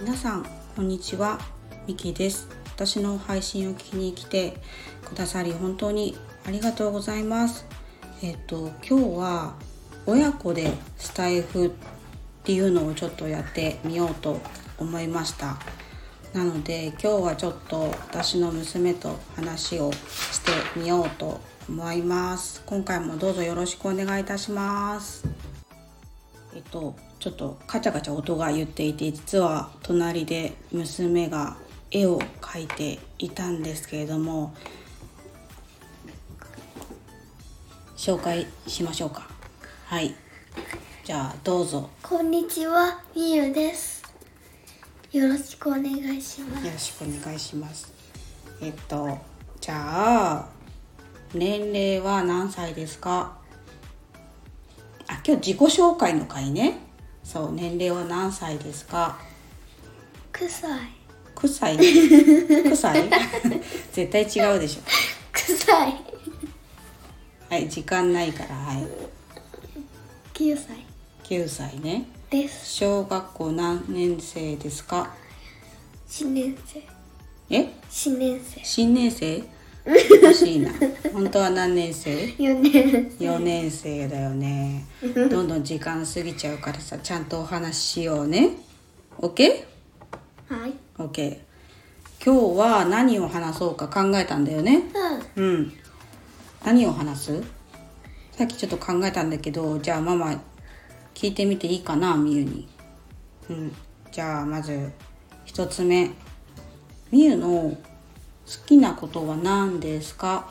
皆さんこんにちはミキです私の配信を聞きに来てくださり本当にありがとうございますえっと今日は親子でスタイフっていうのをちょっとやってみようと思いましたなので今日はちょっと私の娘と話をしてみようと思います今回もどうぞよろしくお願いいたしますえっと、ちょっとカチャカチャ音が言っていて実は隣で娘が絵を描いていたんですけれども紹介しましょうかはいじゃあどうぞこんにちは、みゆです。よろしくお願いしまよろしくお願いしますえっとじゃあ年齢は何歳ですかあ今日自己紹介の回ねそう年齢は何歳ですかす。臭い。臭い臭い 絶対違うでしょ臭い。はい時間ないからはい9歳9歳ねです。小学校何年生ですか新年生。え新年生。新年生おかしいな本当は何年生4年。 4年生だよねどんどん時間過ぎちゃうからさちゃんとお話ししようね OK?OK、はい。 OK 今日は何を話そうか考えたんだよねうん。うん。何を話すさっきちょっと考えたんだけど、じゃあママ、聞いてみていいかな、みゆに。うん。じゃあまず、一つ目。みゆの好きなことは何ですか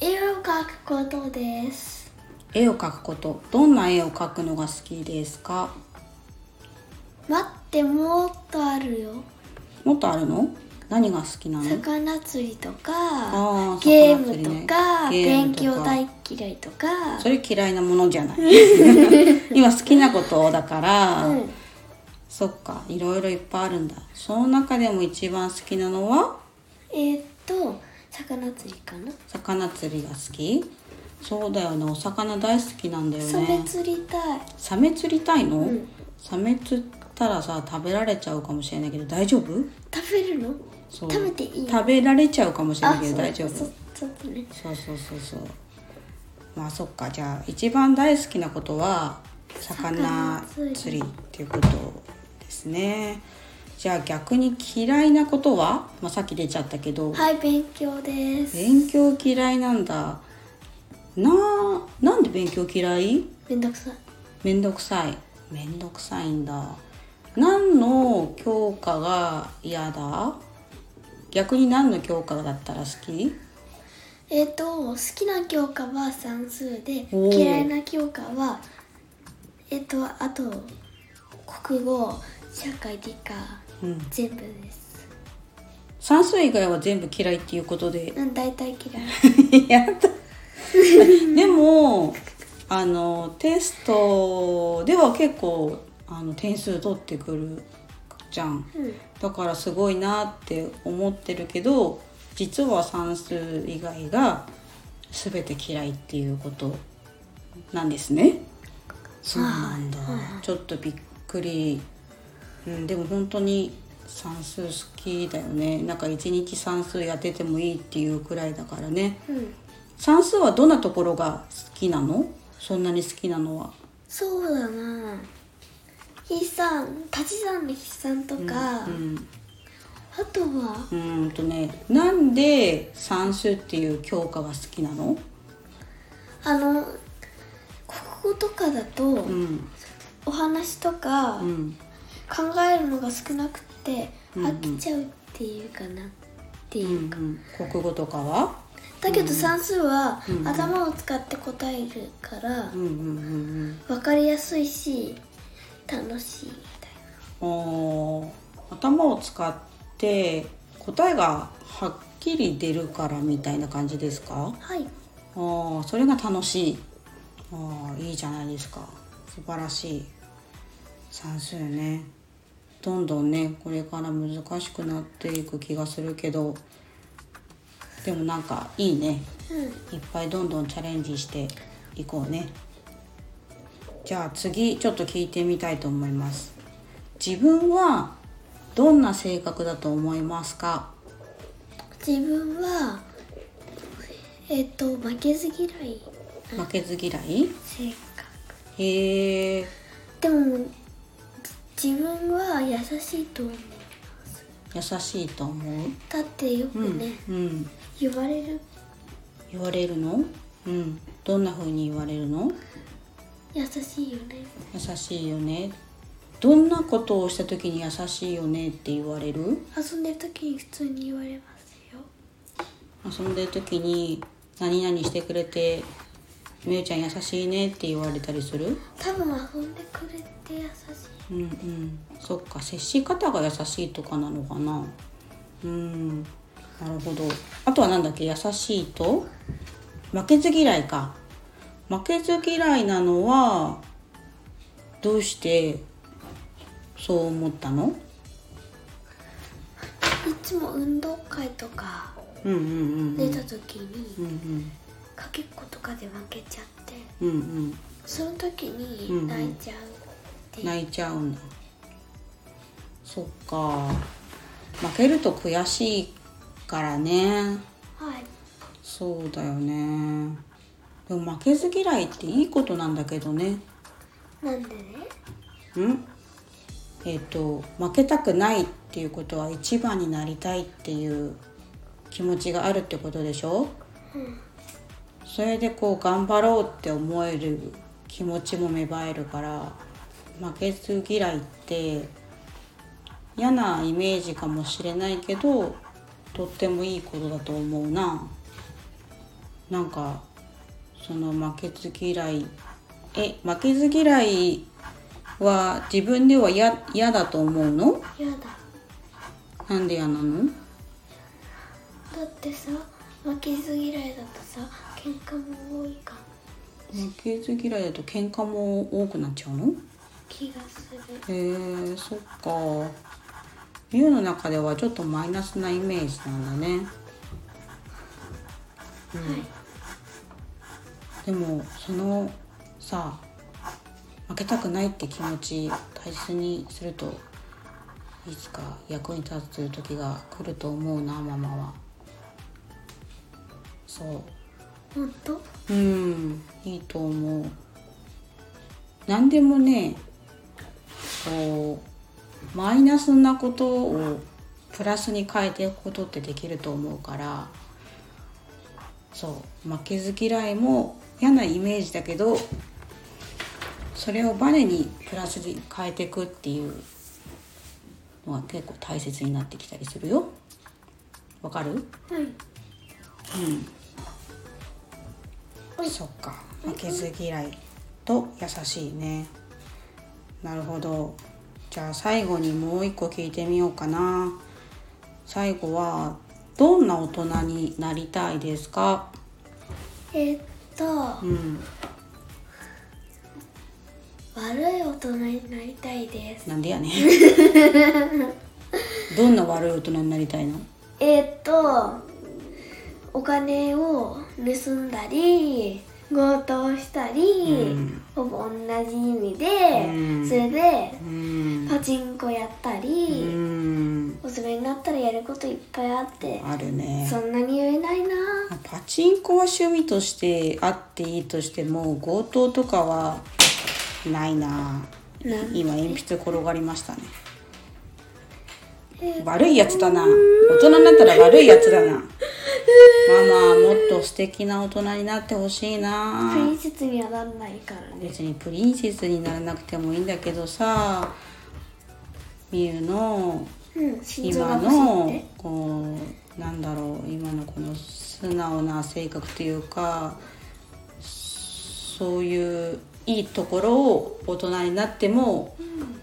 絵を描くことです。絵を描くこと。どんな絵を描くのが好きですか待って、もっとあるよ。もっとあるの何が好きなの魚釣りとあかー、ゲームと魚か、釣りねゲー勉ムと強か大嫌いとか、それ嫌いなものじゃ ない。今好きなことだから、うんそっか、いろいろいっぱいあるんだ。その中でも一番好きなのはえーっと、魚釣りかな。魚釣りが好きそうだよね、お魚大好きなんだよサメね。釣りたい。サメ釣りたいの、んサメ釣ったらさ、食べられちゃうかもしれないけど大丈夫食べるのそう食べていい食べられちゃうかもしれないあ、けど大丈夫そうちょっとね。そうそうそうそうまあそっかじゃあ一番大好きなことは魚魚釣り釣りっていうことですねじゃあ逆に嫌いなことは、まあ、さっき出ちゃったけど、はい、勉強です。勉強嫌いなんだなあなんで勉強嫌いめんどくさい。めんどくさいめんどくさいんだ何の教科が嫌だ逆に何の教科だったら好きえっ、と、好きな教科は算数で、おー嫌いな教科は、えっ、と、あと、国語、社会、理科、うん全部です。算数以外は全部嫌いっていうことで うん、大体嫌い。やった。 でも、あの、テストでは結構、あの、点数取ってくるじゃん。うん、だからすごいなって思ってるけど、実は算数以外が全て嫌いっていうことなんですね。そうなんだ。ちょっとびっくり。うん、でも本当に算数好きだよね。なんか一日算数やっててもいいっていうくらいだからね。うん。算数はどんなところが好きなのそんなに好きなのはそうだな筆算、足し算の筆算とか、うんあとは、うーんとねなんで算数っていう教科が好きなのあの、国語とかだと、うんお話とか、うん考えるのが少なくて飽きちゃうっていうかなってういう、んうん国語とかはだけど算数は頭を使って答えるからうんうんうん分かりやすいし楽しいみたいうんおー頭を使って答えがはっきり出るからみたいな感じですかなはいあーそれが楽しいあーいいじゃないですか素晴らしい算数ねどんどんねこれから難しくなっていく気がするけどでもなんかいいねうんいっぱいどんどんチャレンジしていこうねじゃあ次ちょっと聞いてみたいと思います自分はどんな性格だと思いますか自分はえっと負けず嫌いな負けず嫌い性格へえでもじ自分は優しいと思う優しいと思うだってよくね、うん言われる言われるのうんどんな風に言われるの優しいよね優しいよねどんなことをした時に優しいよねって言われる遊んでる時に普通に言われますよ遊んでる時に何々してくれてみゆちゃん優しいねって言われたりする多分遊んでくれて優しういんうんそっか接し方が優しいとかなのかなうんなるほどあとはなんだっけ優しいと負けず嫌いか負けず嫌いなのはどうしてそう思ったのいつも運動会とかうんうんうん出た時うにんかけっことかで負けちゃってうんうんその時うんうにん泣いちゃうっうていんう、泣いちゃうんだそっか負けると悔しいからねはいそうだよねでも負けず嫌いっていいことなんだけどねなんでねうんえっ、と負けたくないっていうことは一番になりたいっていう気持ちがあるってことでしょうんそれでこう頑張ろうって思える気持ちも芽生えるから負けず嫌いって嫌なイメージかもしれないけどとってもいいことだと思うななんかその負けず嫌いえ負けず嫌いは自分では嫌嫌だと思うの嫌だなんで嫌なのだってさ負けず嫌いだとさ喧嘩も多いかも負けず嫌いだと喧嘩も多くなっちゃうの気がするへえそっか美優の中ではちょっとマイナスなイメージなんだねうん、でもそのさ負けたくないって気持ち大切にするといつか役に立つ時が来ると思うなママはそう本当うんいいと思う何でもねこうマイナスなことをプラスに変えていくことってできると思うからそう負けず嫌いも嫌なイメージだけどそれをバネにプラスに変えていくっていうのが結構大切になってきたりするよわかるはいそっか負けず嫌いと優しいねなるほどじゃあ最後にもう一個聞いてみようかな最後はどんな大人になりたいですかえーっとうん悪い大人になりたいですなんでやねどんな悪い大人になりたいのえーっとお金を盗んだり強盗したり、ほぼ同じ意味で、うんそれでうんパチンコやったうり、んお爪になったらやることいっぱいあってあるねそんなに言えないなパチンコは趣味としてあっていいとしても強盗とかはないななん今鉛筆転がりましたねえ悪いやつだな大人になったら悪いやつだなママはもっと素敵な大人になってほしいなプリンセスにはなんないからね別にプリンセスにならなくてもいいんだけどさみゆのうん心臓が今欲しいっのてこうなんだろう今のこの素直な性格というかそういういいところを大人になっても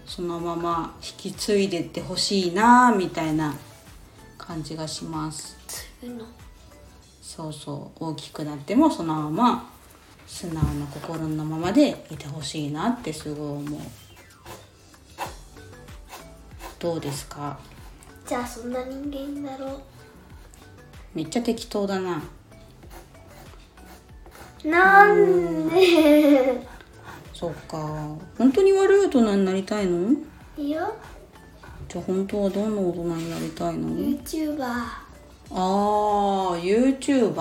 そのまま引き継いでってほしいなみたいな感じがしますそういうのそうそう大きくなってもそのまま素直な心のままでいてほしいなってすごい思うどうですかじゃあそんな人間になろめっちゃ適当だなうなんで そっか本当に悪い大人になりたいのいいよじゃあ本当はどんな大人になりたいの YouTuber ああ YouTuber?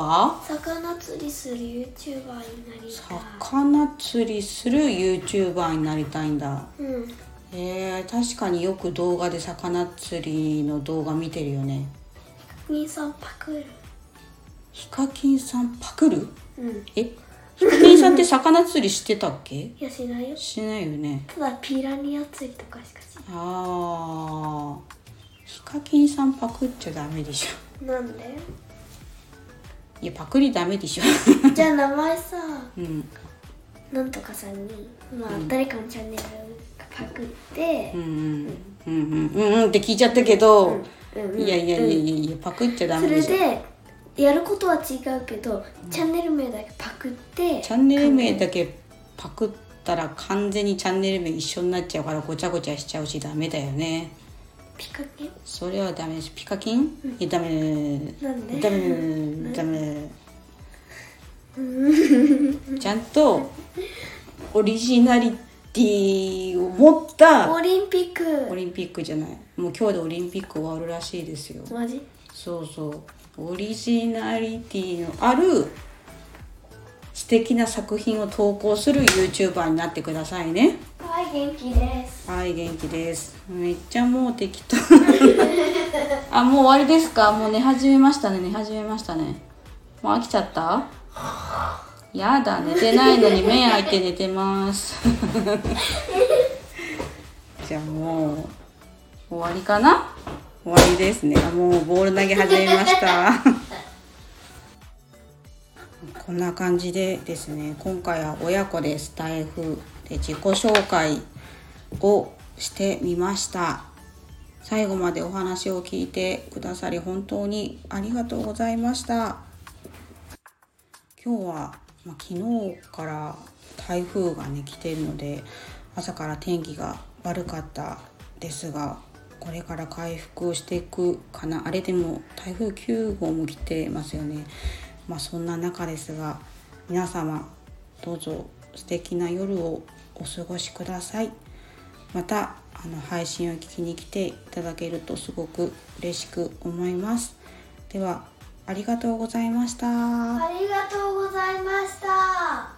魚釣りする YouTuber になりたい魚釣りする YouTuber になりたいんだうんえー、確かによく動画で魚釣りの動画見てるよね兄さんパクるヒカキンさんパクるうんえヒカキンさんって魚釣りしてたっけいやしないよしないよねただピラニア釣りとかしかしあーヒカキンさんパクっちゃダメでしょないなんでいやパクリダメでしょ じゃあ名前さうんなんとかさんにまあ誰かのチャンネルパクってうんうんうんうんうんうんって聞いちゃったけど、うんうんいやいやいやいやいやパクっちゃダそメでれしょでやることは違うけどチャンネル名だけパクってチャンネル名だけパクったら完全にチャンネル名一緒になっちゃうからごちゃごちゃしちゃうしダメだよねピカキンそれはダメですピカキン、いやダメなんでダメダメちゃんとオリジナリティを持ったオリンピッオクリンピックじゃないもう今日でオリンピック終わるらしいですよマジそうそうオリジナリティのある素敵な作品を投稿する YouTuber になってくださいねはい元気ですはい元気ですめっちゃもう適当 あもう終わりですかもう寝始めましたね寝始めましたねもう飽きちゃったやだ寝てないのに目開いて寝てます じゃあもう終わりかな終わりですねあもうボール投げ始めました こんな感じでですね今回は親子でスタイフで自己紹介をしてみました最後までお話を聞いてくださり本当にありがとうございました今日は、まあ、昨日から台風がね来てるので朝から天気が悪かったですがこれから回復していくかなあれでも台風9号も来てますよねまあそんな中ですが皆様どうぞ素敵な夜をお過ごしくださいまたあの配信を聞きに来ていただけるとすごく嬉しく思いますではありがとうございました。ありがとうございました